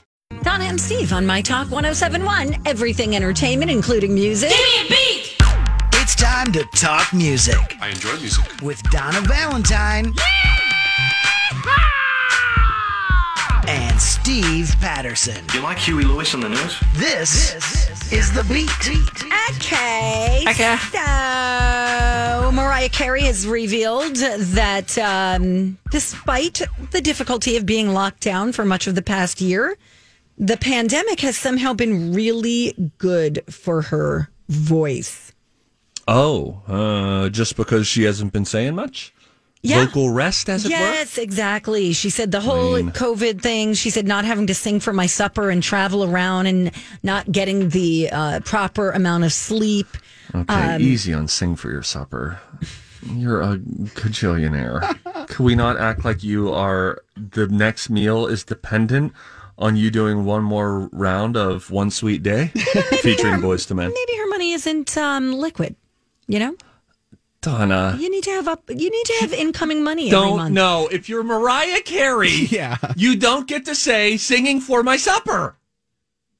Donna and Steve on My Talk 1071, everything entertainment, including music. It's time to talk music. I enjoy music. With Donna Valentine. And Steve Patterson. You like Huey Lewis on the news? This, is the beat. Okay. Okay. So Mariah Carey has revealed that um, despite the difficulty of being locked down for much of the past year, the pandemic has somehow been really good for her voice. Oh, uh, just because she hasn't been saying much? Yeah. Vocal rest, as it were? Yes, exactly. She said the whole COVID thing. She said not having to sing for my supper and travel around and not getting the uh, proper amount of sleep. Okay, um, easy on sing for your supper. You're a cajillionaire. Could we not act like you are the next meal is dependent on you doing one more round of One Sweet Day featuring Boys to Men? Maybe her money isn't um, liquid. You know, Donna. you need to have up. You need to have incoming money every Don't month. know. If you're Mariah Carey, yeah. you don't get to say singing for my supper.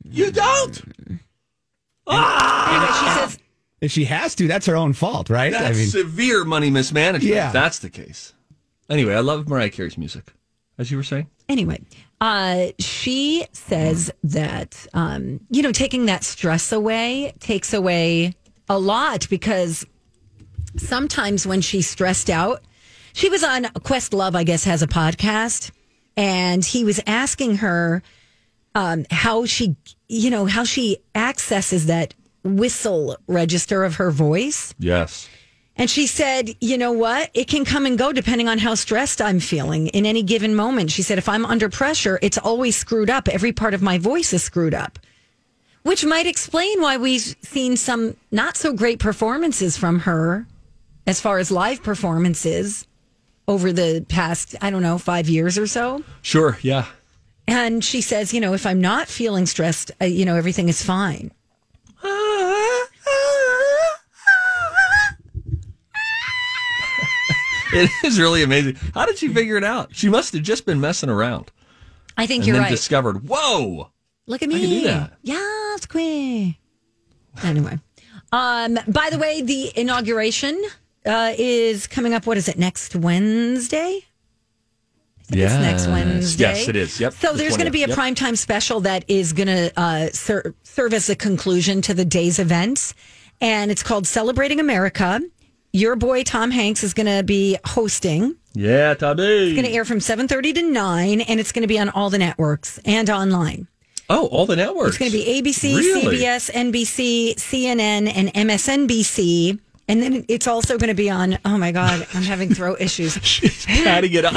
You don't. Anyway, she says If she has to, that's her own fault, right? That's I mean, severe money mismanagement. Yeah. If that's the case. Anyway, I love Mariah Carey's music, as you were saying. anyway. Uh, she says that um, you know taking that stress away takes away a lot because sometimes when she's stressed out, she was on Quest Love, I guess, has a podcast, and he was asking her um, how she, you know, how she accesses that whistle register of her voice. Yes. And she said, you know what? It can come and go depending on how stressed I'm feeling in any given moment. She said, if I'm under pressure, it's always screwed up. Every part of my voice is screwed up, which might explain why we've seen some not so great performances from her as far as live performances over the past, I don't know, five years or so. Sure. Yeah. And she says, you know, if I'm not feeling stressed, uh, you know, everything is fine. It is really amazing. How did she figure it out? She must have just been messing around I think and you're then right. discovered, whoa. Look at I me. can do that. Yeah, it's queer. Anyway. Um, by the way, the inauguration uh, is coming up. What is it? Next Wednesday? It's next Wednesday. Uh, Yes, it is. Yep. So the there's going to be 20th. a Yep. primetime special that is going to uh, ser- serve as a conclusion to the day's events. And it's called Celebrating America. Your boy, Tom Hanks, is going to be hosting. Yeah, Tommy. It's going to air from 7.30 to 9, and it's going to be on all the networks and online. oh, all the networks. It's going to be ABC, Really? CBS, NBC, CNN, and MSNBC. And then it's also going to be on, oh my God, I'm having throat issues. She's patting it up.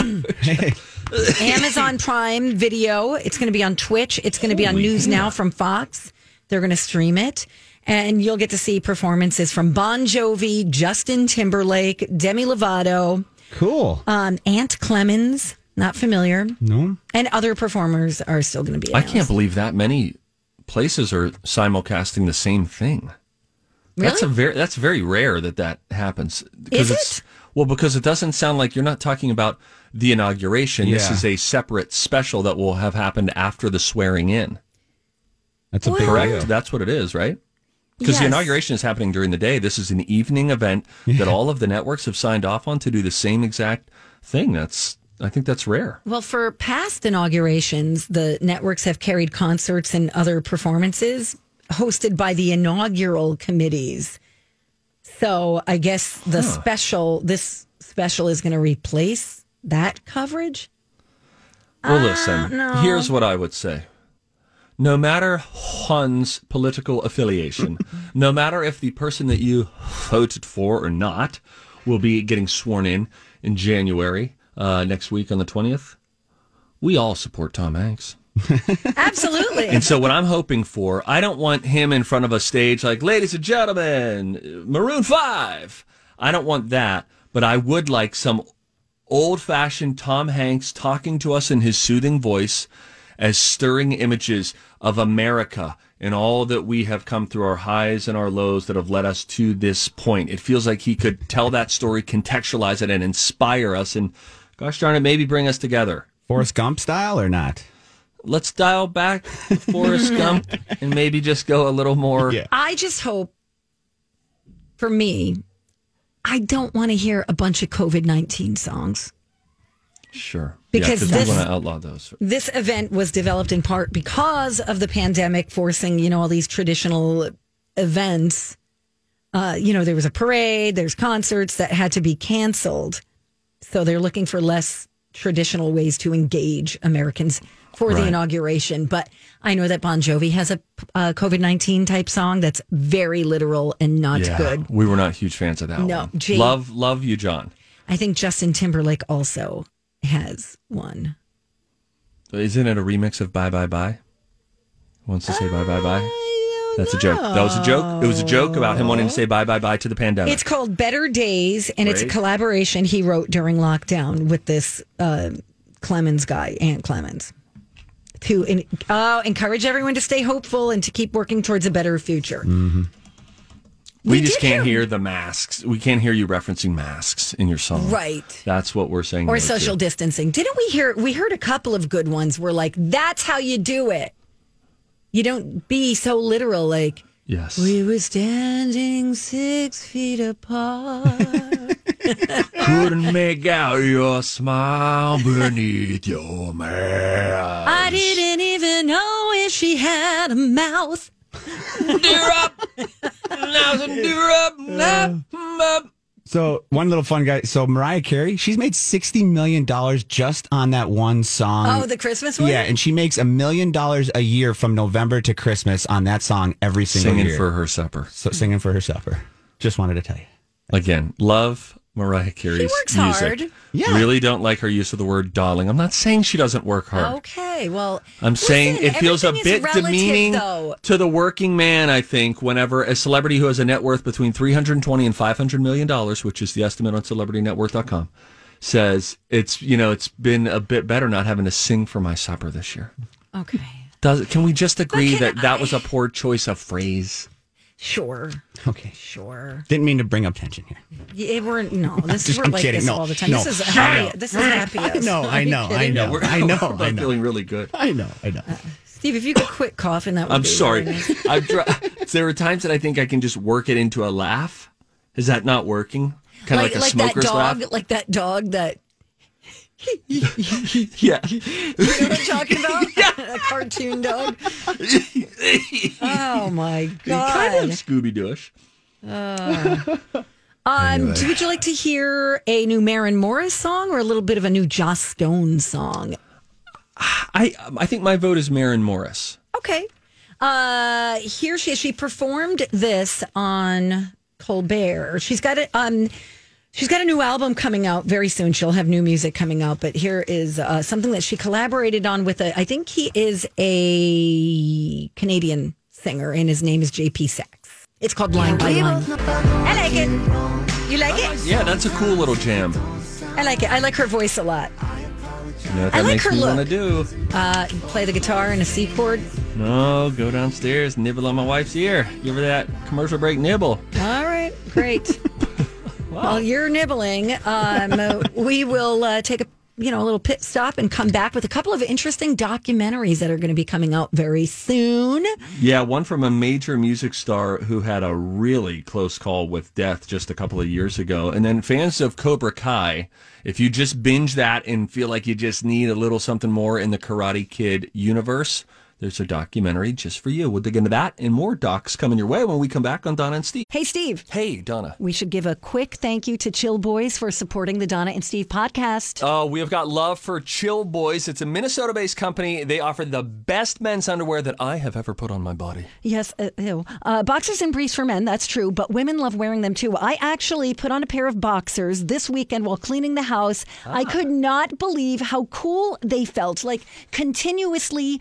Amazon Prime Video. It's going to be on Twitch. It's going to be on News Now from Fox. They're going to stream it. And you'll get to see performances from Bon Jovi, Justin Timberlake, Demi Lovato, cool. um, Aunt Clemens, not familiar. No. And other performers are still going to be I announced. can't believe that many places are simulcasting the same thing. That's a Really? very that's very rare that that happens. 'Cause Is it's- it? Well, because it doesn't sound like you're not talking about the inauguration. This Yeah. is a separate special that will have happened after the swearing in. that's a big Correct. deal. That's what it is, right? Because the Yes. inauguration is happening during the day. This is an evening event that all of the networks have signed off on to do the same exact thing. That's I think that's rare. Well, for past inaugurations, the networks have carried concerts and other performances hosted by the inaugural committees. So I guess the special, this special is going to replace that coverage. Well, listen, here's what I would say. No matter one's political affiliation, no matter if the person that you voted for or not will be getting sworn in in January uh, next week on the 20th, we all support Tom Hanks. Absolutely. And so, what I'm hoping for, I don't want him in front of a stage like, ladies and gentlemen, Maroon 5. I don't want that, but I would like some old fashioned Tom Hanks talking to us in his soothing voice as stirring images of America and all that we have come through our highs and our lows that have led us to this point. It feels like he could tell that story, contextualize it, and inspire us, and gosh darn it, maybe bring us together Forrest Gump style or not? let's dial back Forrest Gump and maybe just go a little more. Yeah. I just hope for me, I don't want to hear a bunch of COVID 19 songs. Sure. Because yeah, this- we want to outlaw those. This event was developed in part because of the pandemic forcing, you know, all these traditional events. Uh, you know, there was a parade, there's concerts that had to be canceled. So they're looking for less traditional ways to engage Americans for the Right. inauguration. But I know that Bon Jovi has a uh, COVID 19 type song that's very literal and not good. We were not huge fans of that No, one. Jane- Love, love you, John. I think Justin Timberlake also has one. Isn't it a remix of Bye Bye Bye? Wants to say bye bye bye. I don't That's a joke. That was a joke. It was a joke about him wanting to say bye bye bye to the pandemic. It's called Better Days, and it's a Right. collaboration he wrote during lockdown with this uh, Clemens guy, Aunt Clemens, to in, uh, encourage everyone to stay hopeful and to keep working towards a better future. we, we just did can't hear- hear, the masks. We can't hear you referencing masks in your song. Right. That's what we're saying. Or no to. social distancing. Didn't we hear? We heard a couple of good ones. We're like, that's how you do it. You don't be so literal, like. Yes. We were standing six feet apart. Couldn't make out your smile beneath your mask. I didn't even know if she had a mouth. deer up. Now's a deer up. Up, up. So one little fun guy. So Mariah Carey, she's made sixty million dollars just on that one song. Oh, the Christmas one? Yeah, and she makes a million dollars a year from November to Christmas on that song every single Singing year. for her supper. so, singing for her supper. Just wanted to tell you. Again, love Mariah Carey's works music. hard. Yeah. Really don't like her use of the word darling. I'm not saying she doesn't work hard. Okay, well, I'm saying it listen, feels a everything is bit relative, demeaning though. to the working man, I think, whenever a celebrity who has a net worth between 320 and 500 million dollars, which is the estimate on celebritynetworth.com, says it's, you know, it's been a bit better not having to sing for my supper this year. Okay, Does can we just agree can that that was I- a poor choice of phrase? sure, Okay. sure. Didn't mean to bring up tension here. Yeah, we're no, this just- we're I'm like kidding, this no, all the time. no, This is I know. happy. This is happy. I know, I know, I know, I know, We're both I know, feeling really good. I know, I know. Steve, if you could quit coughing, that would I'm be sorry. very nice. I've dr- there are times that I think I can just work it into a laugh. Is that not working? Kind of like, a that smoker's dog, laugh. like that dog that Yeah. you know what I'm talking about? a cartoon dog. oh my kind god! of Scooby Dooish. Um, do would you like to hear a new Marin Morris song or a little bit of a new Joss Stone song? I um, I think my vote is Marin Morris. Okay. Uh here she is. She performed this on Colbert. She's got a um she's got a new album coming out very soon. She'll have new music coming out, but here is uh, something that she collaborated on with a I think he is a Canadian singer and his name is JP Sachs. It's called Line by Line. I like it. You like it? Yeah, that's a cool little jam. I like it. I like her voice a lot. You know what I like that makes her me look. want to do? Uh, play the guitar in a C chord. No, go downstairs, nibble on my wife's ear. Give her that commercial break nibble. All right, great. While you're nibbling, um, uh, we will uh, take a you know a little pit stop and come back with a couple of interesting documentaries that are going to be coming out very soon. Yeah, one from a major music star who had a really close call with death just a couple of years ago. And then fans of Cobra Kai, if you just binge that and feel like you just need a little something more in the Karate Kid universe, There's a documentary just for you. We'll dig into that and more docs coming your way when we come back on Donna and Steve. Hey, Steve. Hey, Donna. We should give a quick thank you to Chill Boys for supporting the Donna and Steve podcast. Uh, we have got love for Chill Boys. It's a Minnesota based company. They offer the best men's underwear that I have ever put on my body. Yes, uh, ew. Uh, boxers and briefs for men, that's true, but women love wearing them too. I actually put on a pair of boxers this weekend while cleaning the house. I could not believe how cool they felt, like continuously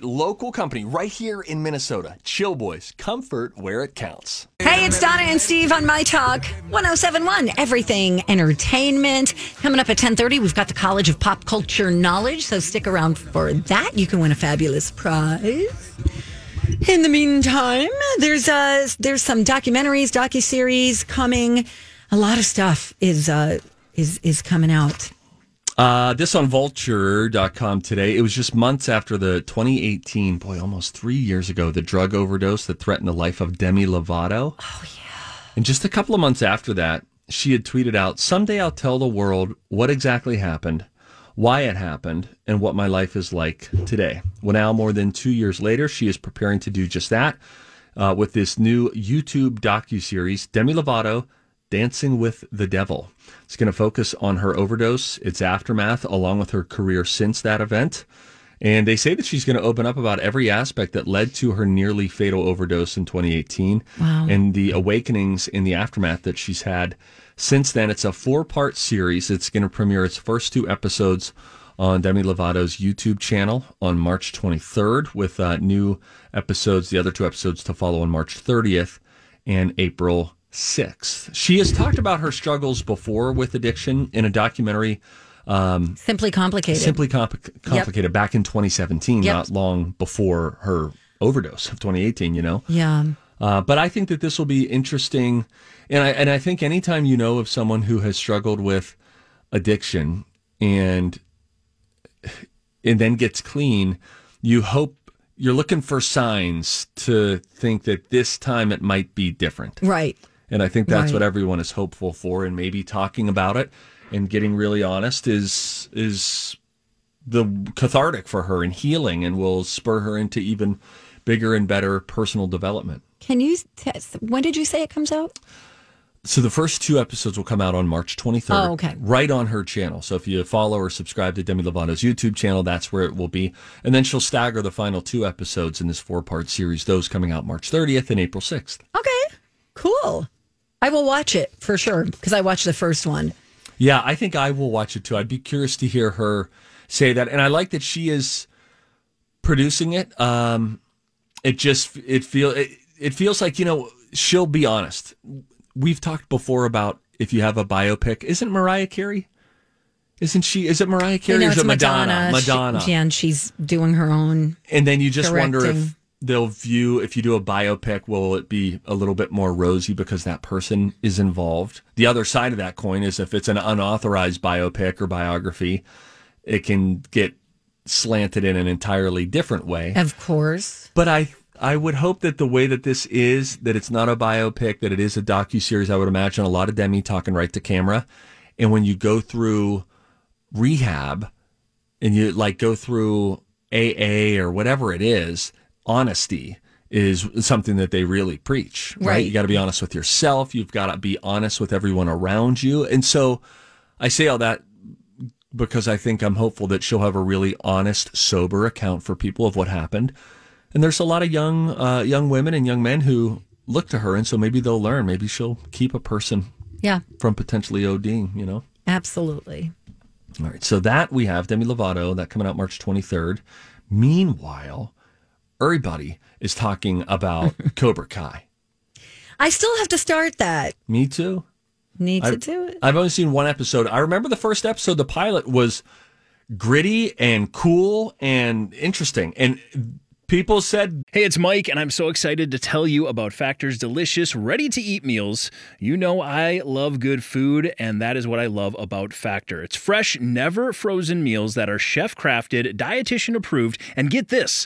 local company right here in Minnesota. Chill Boys, comfort where it counts. Hey, it's Donna and Steve on My Talk 1071, everything entertainment. Coming up at 1030, we've got the College of Pop Culture Knowledge, so stick around for that. You can win a fabulous prize. In the meantime, there's uh there's some documentaries, docuseries coming. A lot of stuff is uh is is coming out. Uh, this on vulture.com today. It was just months after the 2018, boy, almost three years ago, the drug overdose that threatened the life of Demi Lovato. Oh, yeah. And just a couple of months after that, she had tweeted out, Someday I'll tell the world what exactly happened, why it happened, and what my life is like today. Well, now, more than two years later, she is preparing to do just that uh, with this new YouTube docuseries, Demi Lovato Dancing with the Devil. It's going to focus on her overdose, its aftermath, along with her career since that event. And they say that she's going to open up about every aspect that led to her nearly fatal overdose in 2018 and the awakenings in the aftermath that she's had since then. It's a four part series. It's going to premiere its first two episodes on Demi Lovato's YouTube channel on March 23rd, with uh, new episodes, the other two episodes to follow on March 30th and April 6th. She has talked about her struggles before with addiction in a documentary Simply complicated. simply compli- complicated back in 2017, Yep. not long before her overdose of 2018, you know? yeah. Uh, but I think that this will be interesting, and I and I think anytime you know of someone who has struggled with addiction and and then gets clean, you hope you're looking for signs to think that this time it might be different. Right. And I think that's Right. what everyone is hopeful for. And maybe talking about it and getting really honest is is the cathartic for her and healing, and will spur her into even bigger and better personal development. Can you test when did you say it comes out? So the first two episodes will come out on March 23rd. Oh, okay. Right on her channel. So if you follow or subscribe to Demi Lovato's YouTube channel, that's where it will be. And then she'll stagger the final two episodes in this four-part series, those coming out March 30th and April 6th. Okay. Cool. I will watch it for sure because I watched the first one. Yeah, I think I will watch it too. I'd be curious to hear her say that, and I like that she is producing it. Um, it just it feel it, it feels like you know she'll be honest. We've talked before about if you have a biopic, isn't Mariah Carey? Isn't she? Is it Mariah Carey You know, or is it's it Madonna? Madonna. She- yeah, and she's doing her own. and then you just wonder if Directing. they'll view if you do a biopic will it be a little bit more rosy because that person is involved the other side of that coin is if it's an unauthorized biopic or biography it can get slanted in an entirely different way Of course. but I I would hope that the way that this is, that it's not a biopic, that it is a docu series. I would imagine a lot of Demi talking right to camera, and when you go through rehab, and you like go through AA or whatever it is, honesty is something that they really preach. Right? Right. You got to be honest with yourself. You've got to be honest with everyone around you, and so I say all that because I think I'm hopeful that she'll have a really honest, sober account for people of what happened. And there's a lot of young uh, young women and young men who look to her, and so maybe they'll learn. Maybe she'll keep a person Yeah, from potentially ODing. You know. absolutely. All right. So that we have Demi Lovato that coming out March 23rd. Meanwhile, everybody is talking about Cobra Kai. I still have to start that. Me too. Need to do it. I've only seen one episode. I remember the first episode, the pilot was gritty and cool and interesting. And People said Hey, it's Mike, and I'm so excited to tell you about Factor's delicious, ready to eat meals. You know, I love good food, and that is what I love about Factor. It's fresh, never frozen meals that are chef crafted, dietitian approved, and get this.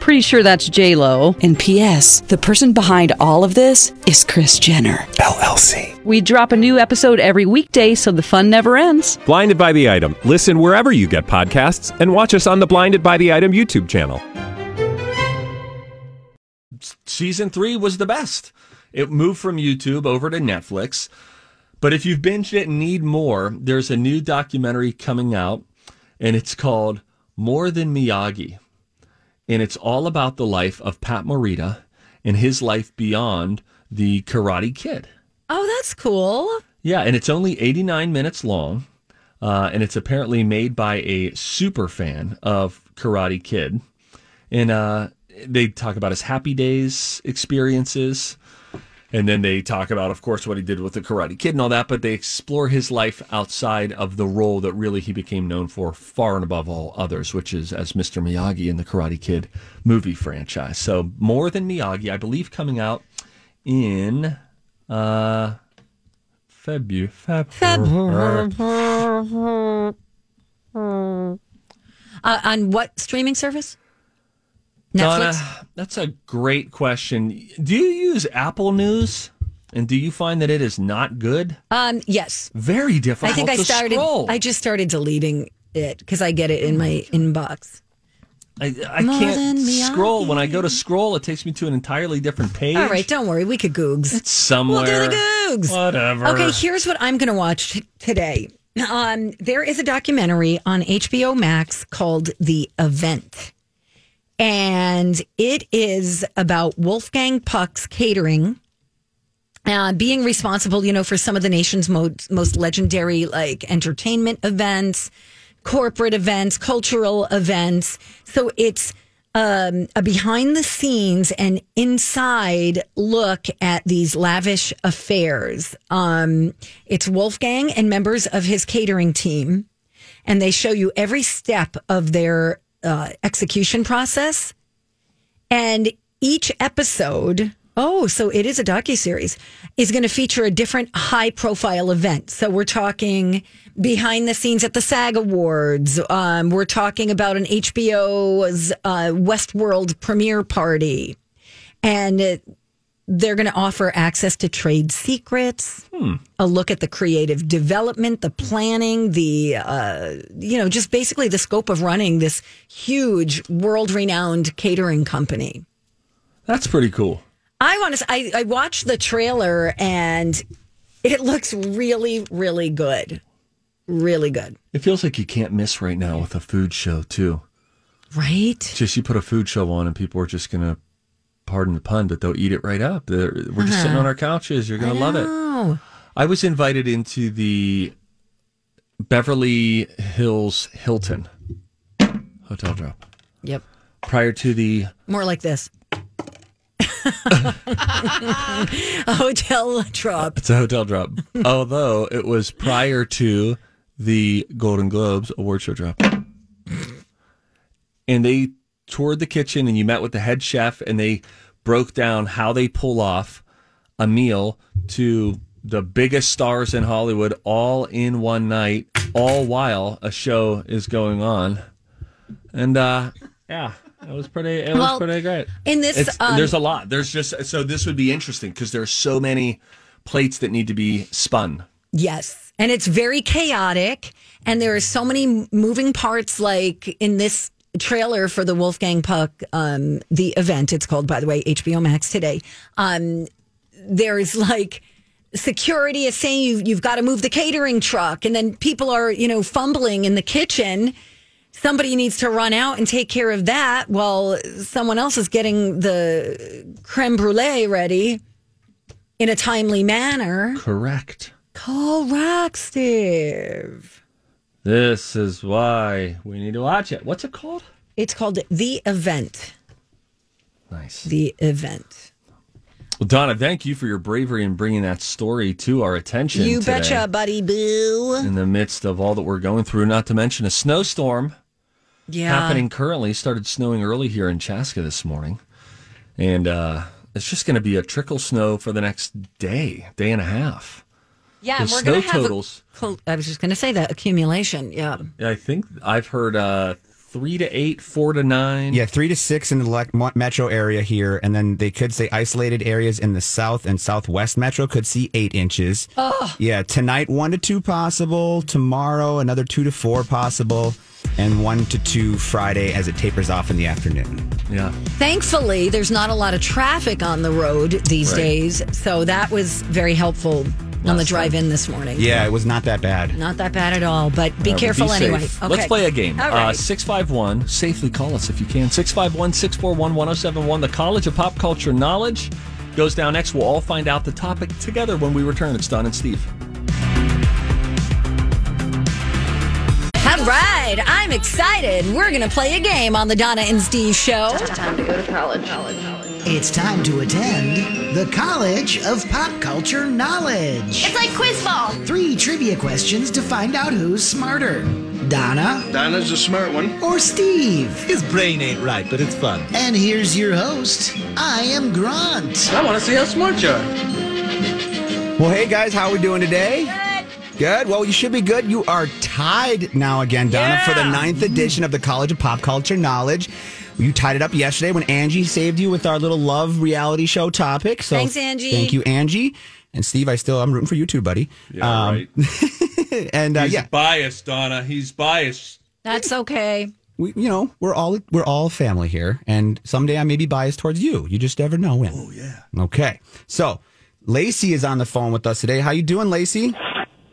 Pretty sure that's J Lo. And P.S. The person behind all of this is Chris Jenner LLC. We drop a new episode every weekday, so the fun never ends. Blinded by the item. Listen wherever you get podcasts, and watch us on the Blinded by the Item YouTube channel. Season three was the best. It moved from YouTube over to Netflix. But if you've binged it and need more, there's a new documentary coming out, and it's called More Than Miyagi. And it's all about the life of Pat Morita and his life beyond the Karate Kid. Oh, that's cool. Yeah, and it's only 89 minutes long, uh, and it's apparently made by a super fan of Karate Kid. And uh, they talk about his happy days experiences, and then they talk about, of course, what he did with the Karate Kid and all that, but they explore his life outside of the role that really he became known for far and above all others, which is as Mr. Miyagi in the Karate Kid movie franchise. So, more than Miyagi, I believe, coming out in. Uh, February. February. Uh, on what streaming service? Donna, Netflix. that's a great question. Do you use Apple News? And do you find that it is not good? Um, yes, Very difficult. I think I to started. Scroll. I just started deleting it because I get it in my inbox. I, I More than can't me, scroll. I- When I go to scroll, it takes me to an entirely different page. All right, don't worry. We could googs. It's somewhere. We'll do the googs. Whatever. Okay, here's what I'm going to watch t- today. Um, there is a documentary on HBO Max called The Event. And it is about Wolfgang Puck's catering uh, being responsible, you know, for some of the nation's mo- most legendary like entertainment events, corporate events, cultural events. So it's um, a behind the scenes and inside look at these lavish affairs. Um, it's Wolfgang and members of his catering team, and they show you every step of their uh, execution process. And each episode, oh, so it is a docuseries, is going to feature a different high profile event. So we're talking behind the scenes at the SAG Awards. Um, we're talking about an HBO's uh, Westworld premiere party. And uh they're going to offer access to trade secrets, a look at the creative development, the planning, the, uh, you know, just basically the scope of running this huge world renowned catering company. That's pretty cool. I want to. I, I watched the trailer and it looks really, really good, really good. It feels like you can't miss right now with a food show too. Right? Just you put a food show on, and people are just gonna, pardon the pun, but they'll eat it right up. They're, we're just sitting on our couches. You're gonna love it. Oh, I was invited into the Beverly Hills Hilton hotel drop yep. prior to the More like this. a hotel drop. it's a hotel drop. Although it was prior to the Golden Globes award show drop. And they toured the kitchen and you met with the head chef and they broke down how they pull off a meal to the biggest stars in Hollywood all in one night, all while a show is going on. And uh yeah, It was pretty. It Well, was pretty great. in this, It's- um, there's a lot. There's just so this would be interesting because there's so many plates that need to be spun. Yes. And it's very chaotic. And there are so many m- moving parts, like in this trailer for the Wolfgang Puck, um, the event, it's called, by the way, HBO Max today. Um, there's like security is saying you, you've got to move the catering truck. And then people are, you know, fumbling in the kitchen. Somebody needs to run out and take care of that while someone else is getting the creme brulee ready in a timely manner. Correct. Call Rock Steve. This is why we need to watch it. What's it called? It's called The Event. Nice. The Event. Well, Donna, thank you for your bravery in bringing that story to our attention. you today. betcha, buddy boo. In the midst of all that we're going through, not to mention a snowstorm Yeah. happening currently. Started snowing early here in Chaska this morning, and uh, it's just going to be a trickle snow for the next day, day and a half. Yeah, The and we're going to snow have. a- totals. col- I was just going to say that accumulation. Yeah. I think I've heard uh, three to eight, four to nine. Yeah, three to six in the le- mo- metro area here, and then they could say isolated areas in the south and southwest metro could see eight inches. Oh. Yeah, tonight one to two possible. Tomorrow another two to four possible, and one to two Friday as it tapers off in the afternoon. Yeah, Uh, Thankfully, there's not a lot of traffic on the road these Right. days. So that was very helpful on the drive in this morning. yeah, it was not that bad. Not that bad at all, but be Uh, careful safe. anyway. Let's play a game. All right. Uh, 651, safely call us if you can. 651 641 1071. The College of Pop Culture Knowledge goes down next. We'll all find out the topic together when we return. It's Don and Steve. All right, I'm excited. We're going to play a game on the Donna and Steve show. time to go to college. It's time to attend the College of Pop Culture Knowledge. It's like quiz ball. Three trivia questions to find out who's smarter. Donna Dinah's a smart one. or Steve. His brain ain't right, but it's fun. And here's your host. I am Grant. I want to see how smart you are. Well, hey guys, how we doing today? Good. Well, you should be good. You are tied now again, Donna, for the ninth edition of the College of Pop Culture Knowledge. You tied it up yesterday when Angie saved you with our little love reality show topic. So Thanks, Angie. Thank you, Angie. And Steve, I still I'm rooting for you too, buddy. Yeah, right. and uh, He's yeah, biased, Donna. He's biased. That's okay. we you know we're all we're all family here, and someday I may be biased towards you. You just never know when. Oh yeah. Okay. So Lacey is on the phone with us today. How you doing, Lacey?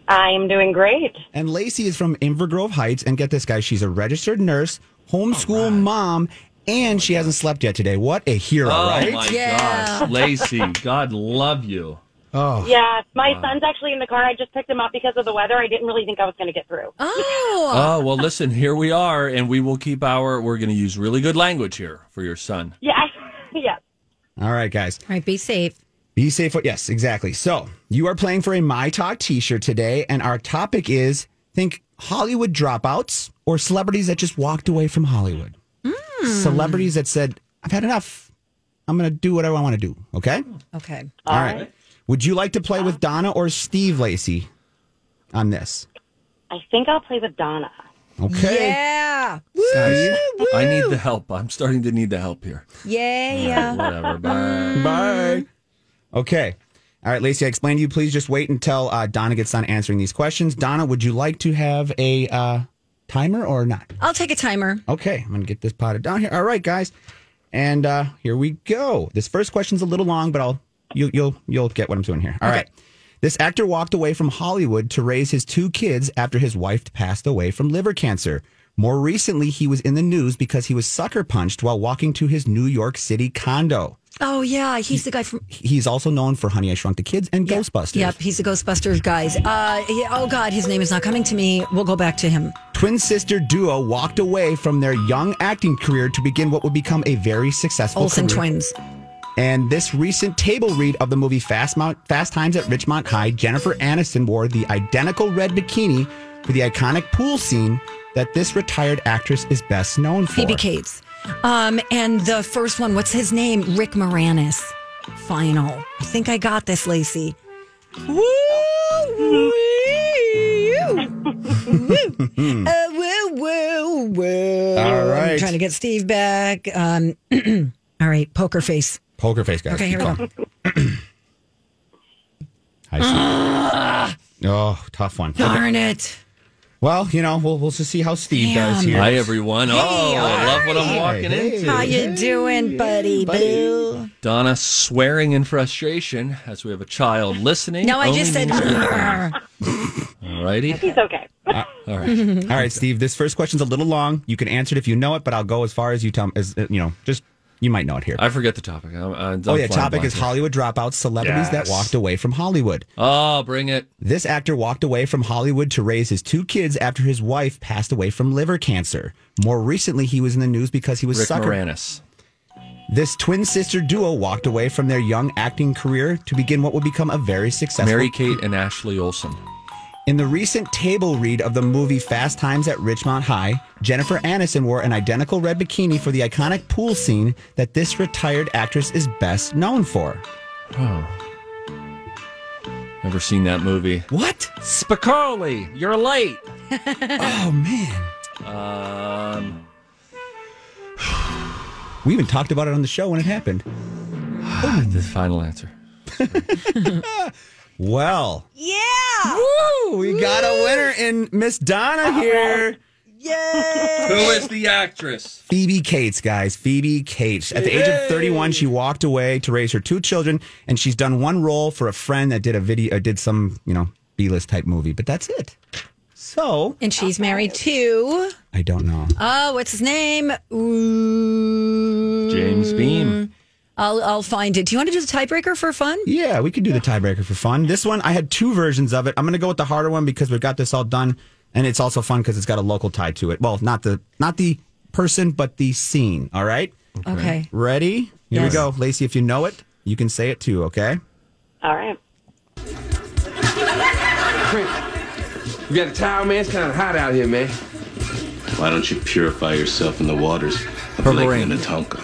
I am doing great. And Lacey is from Invergrove Heights. And get this, guys, she's a registered nurse, homeschool mom, and she hasn't slept yet today. What a hero, oh, right? my Yeah. gosh. Lacey, God love you. Oh. Yeah, my Wow. son's actually in the car. I just picked him up because of the weather. I didn't really think I was going to get through. Oh, well, listen, here we are, and we will keep our, we're going to use really good language here for your son. Yeah, yeah. All right, guys. All right, be safe. Be safe. Yes, exactly. So you are playing for a My Talk t shirt today, and our topic is think Hollywood dropouts or celebrities that just walked away from Hollywood. Hmm. Celebrities that said, I've had enough. I'm going to do whatever I want to do. Okay? Okay. All right. Would you like to play with Donna or Steve Lacey on this? I think I'll play with Donna. Okay. Yeah. Guys, I need the help. I'm starting to need the help here. Yeah. Whatever. Bye. Bye. Okay. All right, Lacey, I explained to you. Please just wait until uh, Donna gets done answering these questions. Donna, would you like to have a uh, timer or not? I'll take a timer. Okay, I'm going to get this potted down here. All right, guys. And uh, here we go. This first question's a little long, but I'll you, you'll you'll get what I'm doing here. All right. This actor walked away from Hollywood to raise his two kids after his wife passed away from liver cancer. More recently, he was in the news because he was sucker punched while walking to his New York City condo. Oh, yeah. He's the guy from. He's also known for Honey I Shrunk the Kids and Ghostbusters. Yep, he's the Ghostbusters guys. Uh, he- oh, God, his name is not coming to me. We'll go back to him. Twin sister duo walked away from their young acting career to begin what would become a very successful Olsen career. twins. And this recent table read of the movie Fast, Mount, Fast Times at Richmond High, Jennifer Aniston wore the identical red bikini for the iconic pool scene that this retired actress is best known for. Phoebe Cates. Um, and the first one, what's his name? Rick Moranis. Final. I think I got this, Lacey. Woo! Woo! woo! Uh, woo! Woo! Ooh, well, All right. I'm trying to get Steve back. Um, all right, poker face. Poker face, guys. Okay, here we Keep go. Hi, Steve. oh, tough one. Ah. Darn it. Well, you know, we'll, we'll just see how Steve does Damn. here. Hi, everyone. oh, I love what I'm Hey, walking hey. into. How you doing, buddy? Boo. Donna swearing in frustration as we have a child listening. No, I just said. All righty. He's okay. All right. All right, Steve. This first question's a little long. You can answer it if you know it, but I'll go as far as you tell. As uh, you know, just you might know it here. I forget the topic. I'm, I'm oh yeah, flying topic blind is here. Hollywood dropouts, celebrities that Yes. walked away from Hollywood. Oh, bring it. This actor walked away from Hollywood to raise his two kids after his wife passed away from liver cancer. More recently, he was in the news because he was Rick sucker. Moranis. This twin sister duo walked away from their young acting career to begin what would become a very successful Mary Kate and Ashley Olsen. In the recent table read of the movie Fast Times at Richmond High, Jennifer Aniston wore an identical red bikini for the iconic pool scene that this retired actress is best known for. Oh. Never seen that movie. What? Spicoli, you're late. Oh man. Um, We even talked about it on the show when it happened. the final answer. Well, Yeah. woo, we got a winner in Miss Donna here. Yay. Who is the actress? Phoebe Cates, guys. Phoebe Cates. At the age of 31, she walked away to raise her two children, and she's done one role for a friend that did a video, uh, did some, you know, B list type movie, but that's it. So, And she's married to. I don't know. Oh, what's his name? Ooh. James Beam. I'll, I'll find it. Do you want to do the tiebreaker for fun? Yeah, we could do the tiebreaker for fun. This one, I had two versions of it. I'm going to go with the harder one because we've got this all done, and it's also fun because it's got a local tie to it. Well, not the not the person, but the scene. All right, Okay. ready? Here Yes. we go, Lacey. If you know it, you can say it too. Okay. All right. You got a towel, man? It's kind of hot out here, man. Why don't you purify yourself in the waters of Lake Rain. Minnetonka?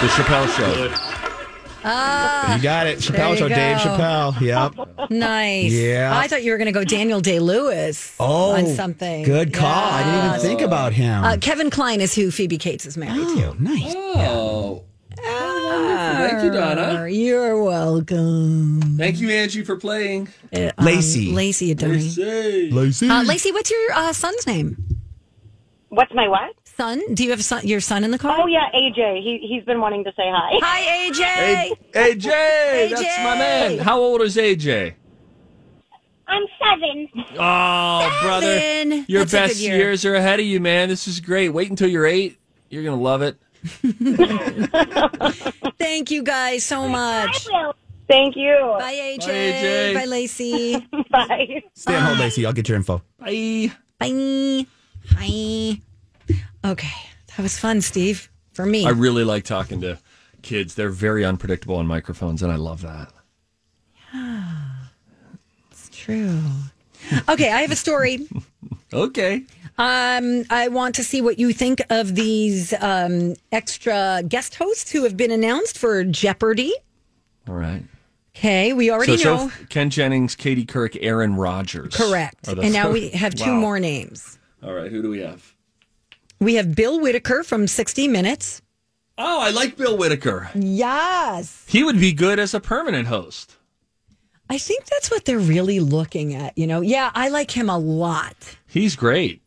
The Chappelle Show. you got it, Chappelle you Show, Dave go. Chappelle. Yep. Nice. Yeah. I thought you were going to go Daniel Day Lewis Oh, on something. Good call. I didn't even think about him. Uh, Mm, Kevin Klein is who Phoebe Cates is married oh, nice. Oh. Thank you, Donna. to. Ah, You're welcome. Thank you, Angie, for playing. Lacey. um, Lacey Adoni. Lacey. Uh, Lacey, what's your uh, son's name? What's my what? Son? Do you have a son, your son in the car? Oh yeah, AJ. He he's been wanting to say hi. Hi, AJ. AJ, that's AJ. my man. How old is AJ? I'm seven. Oh, brother, your That's a good best year. years are ahead of you, man. This is great. Wait until you're eight. You're gonna love it. Thank you guys so much. Thank you. Bye, AJ. Bye, AJ. Bye, Lacey. Bye. Stay on hold, Lacey. I'll get your info. Bye. Bye. Bye. Okay. That was fun, Steve. For me. I really like talking to kids. They're very unpredictable on microphones, and I love that. True. Okay, I have a story. Okay. Um, I want to see what you think of these um, extra guest hosts who have been announced for Jeopardy. All right. Okay, we already So, so know. Ken Jennings, Katie Kirk, Aaron Rodgers. Correct. Are the- And now we have two Oh, Wow. more names. All right. Who do we have? We have Bill Whitaker from 60 Minutes. Oh, I like Bill Whitaker. Yes. He would be good as a permanent host. I think that's what they're really looking at, you know. Yeah, I like him a lot. He's great.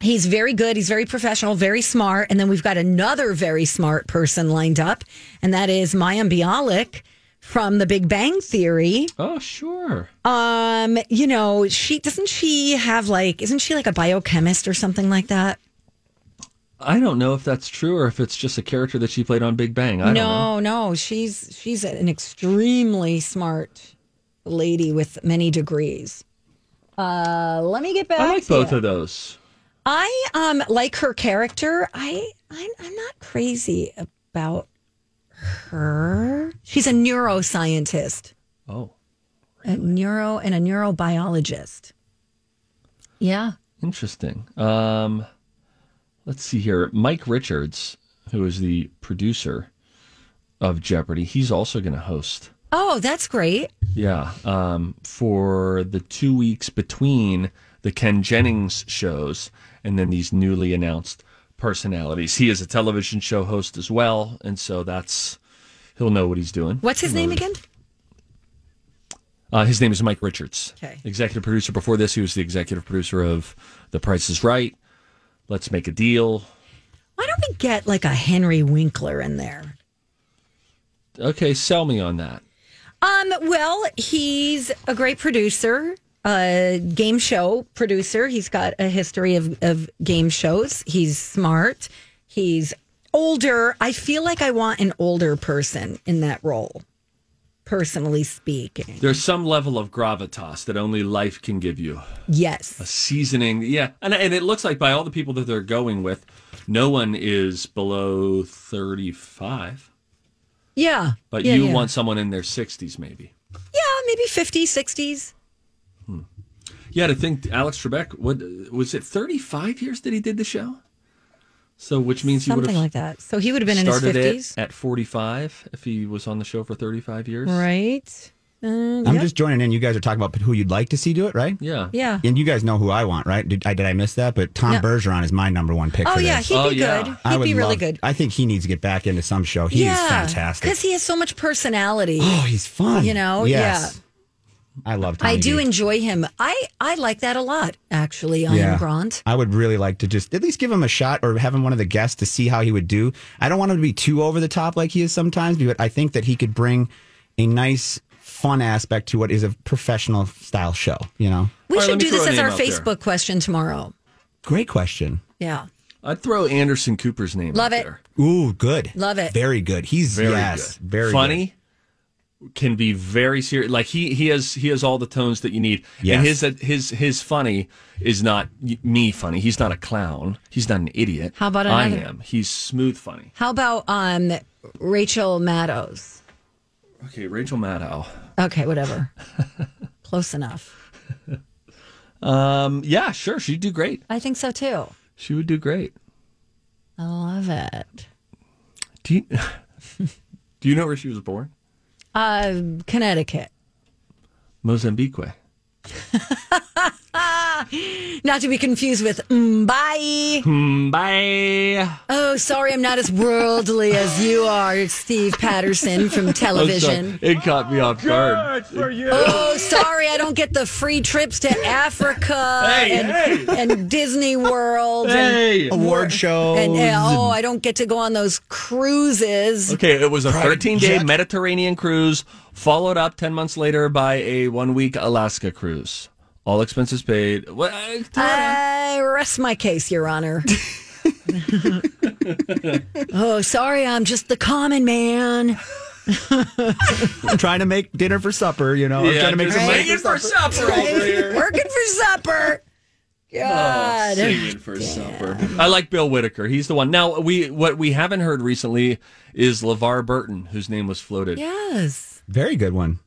He's very good. He's very professional, very smart. And then we've got another very smart person lined up, and that is Mayim Bialik from The Big Bang Theory. Oh, sure. Um, you know, she doesn't she have like isn't she like a biochemist or something like that? I don't know if that's true or if it's just a character that she played on Big Bang. I don't no, know. no, she's she's an extremely smart lady with many degrees. Uh, let me get back. I like to both you. of those. I um like her character. I I'm, I'm not crazy about her. She's a neuroscientist, Oh, a neuro and a neurobiologist. Yeah. interesting. Um, let's see here. Mike Richards, who is the producer of Jeopardy, he's also going to host. Oh, that's great. Yeah, um, for the two weeks between the Ken Jennings shows, and then these newly announced personalities. He is a television show host as well, and so that's he'll know what he's doing. What's his name again? Uh, his name is Mike Richards. Okay. Executive producer. Before this, he was the executive producer of The Price is Right, Let's Make a Deal. Why don't we get like a Henry Winkler in there? Okay, sell me on that. Um, well, he's a great producer, a game show producer. He's got a history of, of game shows. He's smart. He's older. I feel like I want an older person in that role, personally speaking. There's some level of gravitas that only life can give you. Yes. A seasoning, yeah. And, and it looks like by all the people that they're going with, no one is below 35. Yeah. But Yeah, you yeah. want someone in their 60s, maybe. Yeah, maybe 50s, 60s. Yeah, to think Alex Trebek, what was it 35 years that he did the show? So, which means he would Something have like that. So he would have been in his started 50s. it at 45 if he was on the show for 35 years. Right. Uh, I'm yep. just joining in. You guys are talking about who you'd like to see do it, right? Yeah. Yeah. And you guys know who I want, right? Did I, did I miss that? But Tom No. Bergeron is my number one pick. Oh, for yeah, this. he'd Oh, be yeah. good. I He'd would be really love- good. I think he needs to get back into some show. He is fantastic. Because he has so much personality. Oh, he's fun. You know, Yes. I love. Tom I do Petty. enjoy him. I, I like that a lot, actually, on Grant. I would really like to just at least give him a shot or have him one of the guests to see how he would do. I don't want him to be too over the top like he is sometimes, but I think that he could bring a nice, fun aspect to what is a professional style show, you know? We All right, should let do me this throw a as name our out there. Facebook question tomorrow. Great question. Yeah. I'd throw Anderson Cooper's name. Love out it. There. Ooh, good. Love it. Very good. He's Very yes, good. very funny. Can be very serious. Like he he has he has all the tones that you need. And Yes. his his his funny is not me funny. He's not a clown. He's not an idiot. How about I another- am? He's smooth funny. How about um, Rachel Maddows? Okay, Rachel Maddow. Okay, whatever. Close enough. Um, yeah, sure, she'd do great. I think so too. She would do great. I love it. Do you, do you know where she was born? Uh, Connecticut. Mozambique. Not to be confused with mm, bye. Hmm, Bye. Oh, sorry, I'm not as worldly as you are, Steve Patterson from I'm sorry. television. It caught me off guard. Oh, sorry, I don't get the free trips to Africa Hey, and, and Disney World. Hey. and, Award shows. and, uh, oh, I don't get to go on those cruises. Okay, it was a Private 13 day jet. Mediterranean cruise, followed up 10 months later by a one week Alaska cruise. All expenses paid. Uh, Well, I- I rest my case, Your Honor. oh, sorry, I'm just the common man. uh, I'm trying to make dinner for supper, you know. I'm Yeah, trying to Oh, make just some money. making for supper over here. Working for supper. Oh, God. Singing for supper. I like Bill Whitaker. He's the one. Now we what we haven't heard recently is LeVar Burton, whose name was floated. yes. Very good one.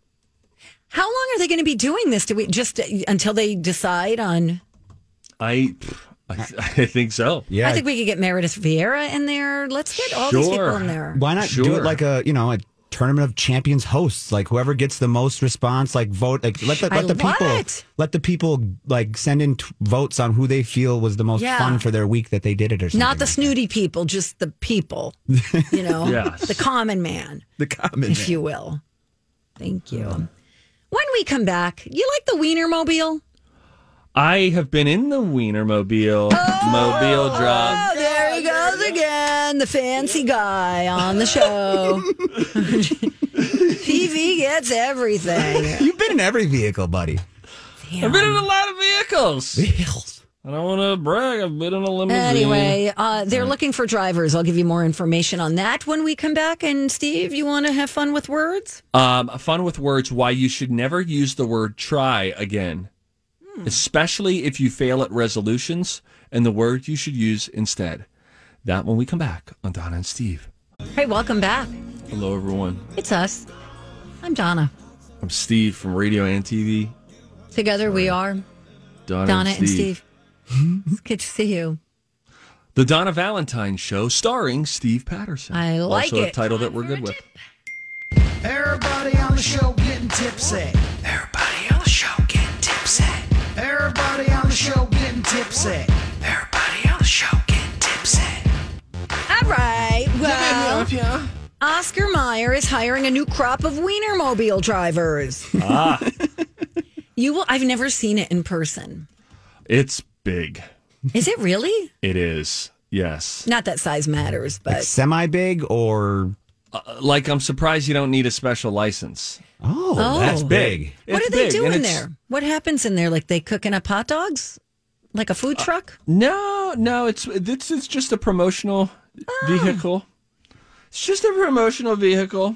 How long are they going to be doing this? Do we just uh, until they decide on? I, I I think so. Yeah. I think we could get Meredith Vieira in there. Let's get all these people Sure. in there. Why not do Sure. it like a you know a tournament of champions hosts? Like whoever gets the most response, like vote. Like let the, I let the love people it. let the people like send in t- votes on who they feel was the most Yeah. fun for their week that they did it or something. Not the snooty people, just the people. You know, Yes. the common man. the common. if you will. Thank you. When we come back, you like the Wienermobile? I have been in the Wienermobile mobile drop. Oh, there he goes again, the fancy guy on the show. TV gets everything. You've been in every vehicle, buddy. I've been in a lot of vehicles. Vehicles. I don't want to brag. I've been in a limousine. Anyway, uh, they're looking for drivers. I'll give you more information on that when we come back. And Steve, you want to have fun with words? Um, fun with words. Why you should never use the word try again, Hmm. especially if you fail at resolutions. And the word you should use instead. That when we come back on Donna and Steve. Hey, welcome back. Hello, everyone. It's us. I'm Donna. I'm Steve from radio and TV. Together we are Donna, Donna and Steve. Hmm? it's good to see you. The Donna Valentine Show, starring Steve Patterson. I like also it. a title that we're good with. Everybody on the show getting tipsy. Everybody on the show getting tipsy. Everybody on the show getting tipsy. Everybody Oscar Mayer is hiring a new crop of Wienermobile drivers. Ah, You will. I've never seen it in person. it's big. Is it really? It is. Yes. Not that size matters, but semi big or uh, like I'm surprised you don't need a special license. Oh, Oh. that's big. what It's are they big, and doing it's- there? What happens in there? Like they cooking up hot dogs, like a Uh, food truck? No, no, it's it's it's just a promotional Oh. vehicle. It's just a promotional vehicle.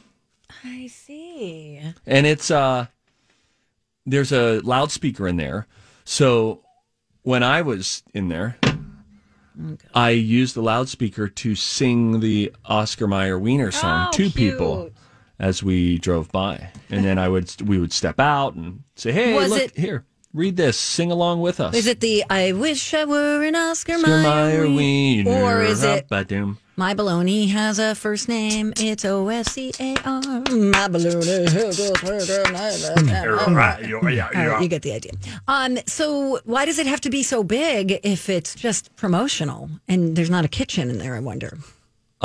I see. and it's uh there's a loudspeaker in there so when i was in there i used the loudspeaker to sing the oscar Mayer wiener song Oh, to people as we drove by and then i would we would step out and say hey Was look it- here read this sing along with us Is it the I wish I were an Oscar Oscar Mayer? Mayer wien- wiener, Or is it ba-doom. My baloney has a first name. It's O S C A R. My baloney has a first name. All right, you get the idea. Um, so why does it have to be so big if it's just promotional and there's not a kitchen in there? I wonder.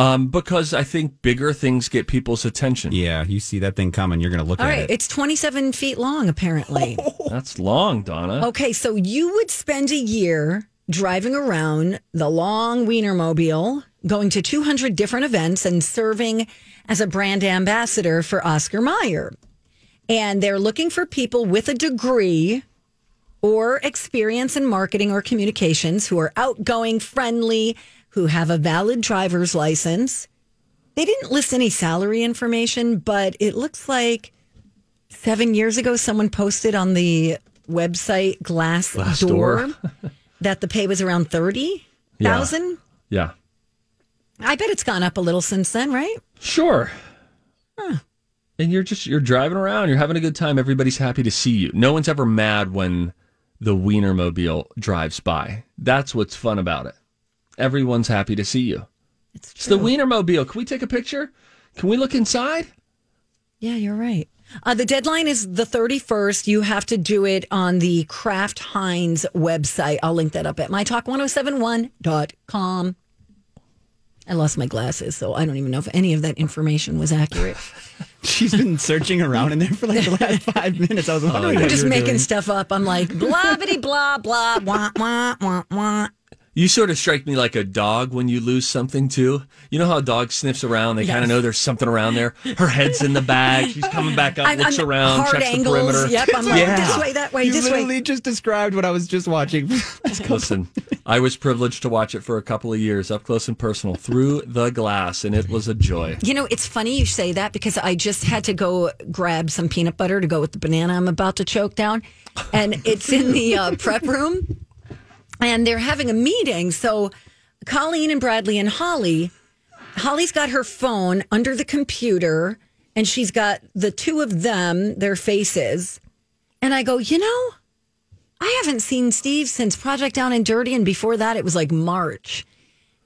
um because i think bigger things get people's attention yeah you see that thing coming you're gonna look All right, it's 27 feet long apparently. Oh, that's long donna Okay, so you would spend a year driving around the long Wienermobile, going to 200 different events and serving as a brand ambassador for Oscar Mayer. And they're looking for people with a degree or experience in marketing or communications who are outgoing, friendly, who have a valid driver's license. They didn't list any salary information, but it looks like seven years ago, someone posted on the website Glass, Door, Glassdoor. that the pay was around thirty Yeah. thousand. yeah I bet it's gone up a little since then, right? Sure. and you're just you're driving around you're having a good time everybody's happy to see you no one's ever mad when the wienermobile drives by that's what's fun about it everyone's happy to see you it's, the wienermobile can we take a picture can we look inside Yeah, you're right. Uh, the deadline is the 31st. You have to do it on the Kraft Heinz website. I'll link that up at mytalk1071.com. I lost my glasses, so I don't even know if any of that information was accurate. she's been searching around in there for like the last five minutes i was I'm wondering what just you were making doing. stuff up. I'm like, blah, bitty, blah, blah, wah, wah, wah, wah. you sort of strike me like a dog when you lose something too you know how a dog sniffs around they kind Yes. of know there's something around there her head's in the bag she's coming back up I'm- looks I'm around hard checks angles. the perimeter Yep, I'm like, yeah. this way, that way, you this way. literally just described what i was just watching Listen, I was privileged to watch it for a couple of years up close and personal through the glass, and it was a joy. You know, it's funny you say that because I just had to go grab some peanut butter to go with the banana I'm about to choke down. And it's in the uh, prep room. And they're having a meeting. So Colleen and Bradley and Holly, Holly's got her phone under the computer and she's got the two of them, their faces. And I go, you know, I haven't seen Steve since Project Down and Dirty. And before that, it was like March.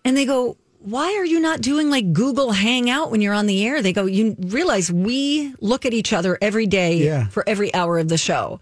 And they go, Why are you not doing like Google Hangout when you're on the air? They go, You realize we look at each other every day Yeah. for every hour of the show.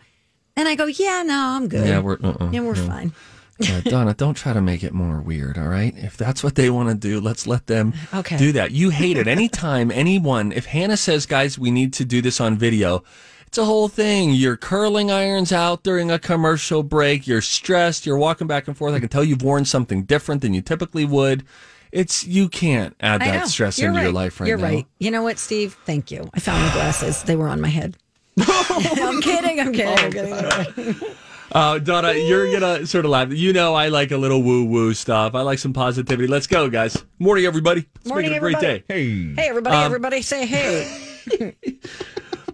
And I go, Yeah, no, I'm good. Yeah, we're- uh-uh, yeah, we're no. fine. Yeah, Donna, don't try to make it more weird, all right? If that's what they want to do, let's let them Okay. do that. You hate it. Anytime anyone, if Hannah says, guys, we need to do this on video, it's a whole thing. Your curling irons out during a commercial break. You're stressed. You're walking back and forth. I can tell you've worn something different than you typically would. It's, you can't add I that know. stress You're into your right. life right You're now. right. You know what, Steve? Thank you. I found my glasses. They were on my head. I'm kidding. I'm kidding. I'm Oh, kidding. Uh, Donna, you're gonna sort of laugh. You know, I like a little woo woo stuff. I like some positivity. Let's go, guys. Morning, everybody. Let's Morning, make it a great everybody. day. Hey, everybody, Um, everybody say hey.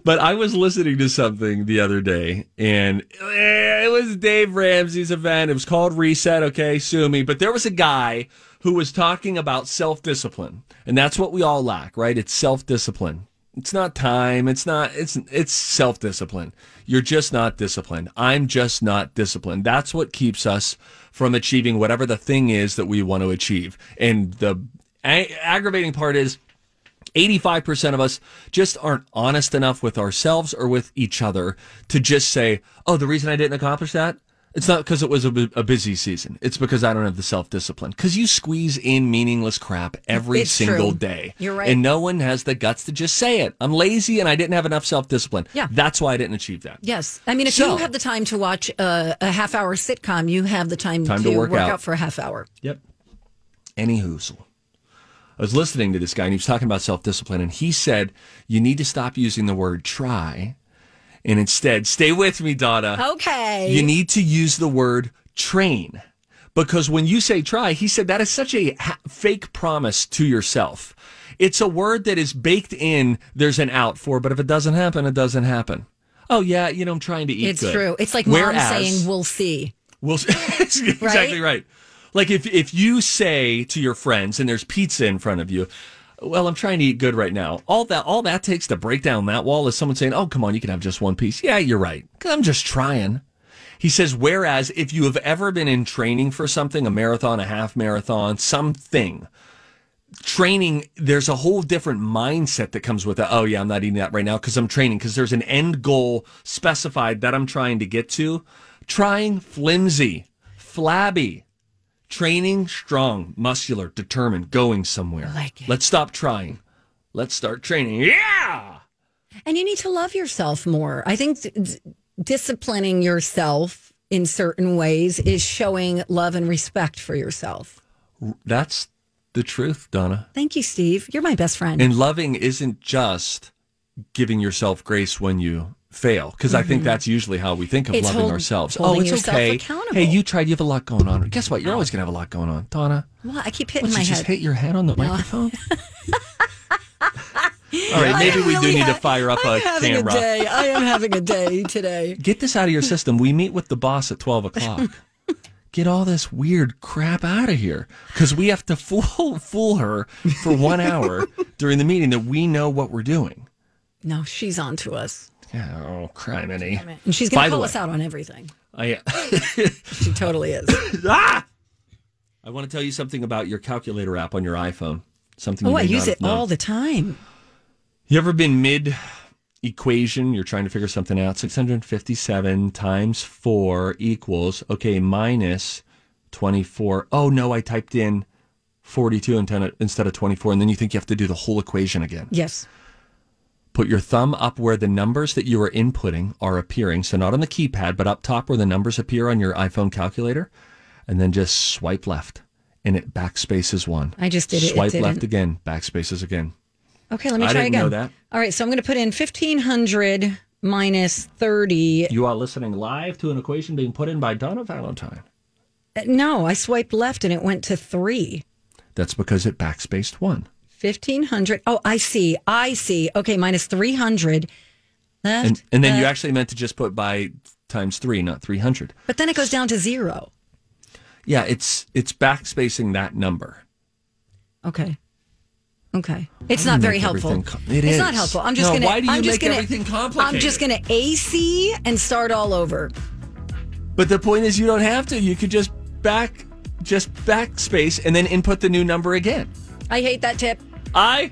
But I was listening to something the other day, and eh, it was Dave Ramsey's event. It was called Reset. Okay, sue me. But there was a guy who was talking about self discipline, and that's what we all lack, right? It's self discipline. It's not time. It's not. It's it's self discipline. You're just not disciplined. I'm just not disciplined. That's what keeps us from achieving whatever the thing is that we want to achieve. And the a- aggravating part is 85% of us just aren't honest enough with ourselves or with each other to just say, oh, the reason I didn't accomplish that It's not because it was a, bu- a busy season. It's because I don't have the self discipline. Because you squeeze in meaningless crap every It's single true. day. You're right. And no one has the guts to just say it. I'm lazy and I didn't have enough self discipline. Yeah. That's why I didn't achieve that. Yes. I mean, if So- you have the time to watch uh, a, a half hour sitcom, you have the time, Time to work out. for a half hour. Yep. Any hoozle. I was listening to this guy and he was talking about self discipline, and he said, You need to stop using the word try and instead, stay with me, Donna. Okay. You need to use the word train because when you say try, he said that is such a ha- fake promise to yourself. It's a word that is baked in, there's an out for, but if it doesn't happen, it doesn't happen. Oh, yeah, you know, I'm trying to eat It's good. true. It's like Whereas- mom saying, we'll see. We'll That's exactly right. Like if if you say to your friends and there's pizza in front of you, well, I'm trying to eat good right now. All that all that takes to break down that wall is someone saying, "Oh, come on, you can have just one piece." Yeah, you're right. 'Cause I'm just trying. He says, whereas if you have ever been in training for something, a marathon, a half marathon, something, training, there's a whole different mindset that comes with it. Oh, yeah, I'm not eating that right now because I'm training, because there's an end goal specified that I'm trying to get to. Trying flimsy, flabby, training strong, muscular, determined, going somewhere. like it. Let's stop trying. Let's start training. Yeah. And you need to love yourself more. I think d- d- disciplining yourself in certain ways is showing love and respect for yourself. That's the truth, Donna. Thank you, Steve. You're my best friend. And loving isn't just giving yourself grace when you fail, because I think Mhm. that's usually how we think of It's loving hold- ourselves. Oh, holding it's yourself okay. accountable. Hey, you tried. You have a lot going on. Guess what? You're always going to have a lot going on, Donna. Well, I keep Why hitting don't my you head. just hit your head on the microphone? All right, I maybe am we really do need to ha- fire up I'm a having camera. a day. I am having a day today. Get this out of your system. We meet with the boss at twelve o'clock. Get all this weird crap out of here because we have to fool fool her for one hour during the meeting that we know what we're doing. No, she's on to us. Yeah, oh, criminy. And she's going By to the call way, us out on everything. I, She totally is. ah! I want to tell you something about your calculator app on your iPhone. Something oh, you I may use not it have known. all the time. You ever been mid equation? You're trying to figure something out. 657 times 4 equals, okay, minus 24. Oh, no, I typed in 42 inten- instead of 24. And then you think you have to do the whole equation again. Yes. Put your thumb up where the numbers that you are inputting are appearing. So, not on the keypad, but up top where the numbers appear on your iPhone calculator. And then just swipe left and it backspaces one. I just did it. It Swipe left didn't. again, backspaces again. Okay, let me I try didn't again. know that. All right, so I'm going to put in 1500 minus 30. You are listening live to an equation being put in by Donna Valentine. Uh, No, I swiped left and it went to 3. That's because it backspaced one. 1500. Oh, I see. I see. Okay, minus 300. Left. And, and then you left. actually meant to just put by times three, not 300. But then it goes down to 0. Yeah, it's it's backspacing that number. Okay. Okay. It's do not you very make helpful. everything com- It it's is. not helpful. I'm just No, gonna why do you I'm just make gonna, everything I'm just gonna AC and start all over. But the point is, you don't have to. You could just back, just backspace, and then input the new number again. I hate that tip. I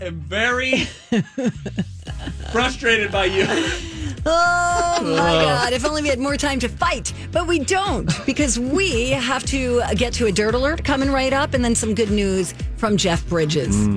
am very frustrated by you. Oh my Ugh. God. If only we had more time to fight, but we don't because we have to get to a dirt alert coming right up and then some good news from Jeff Bridges.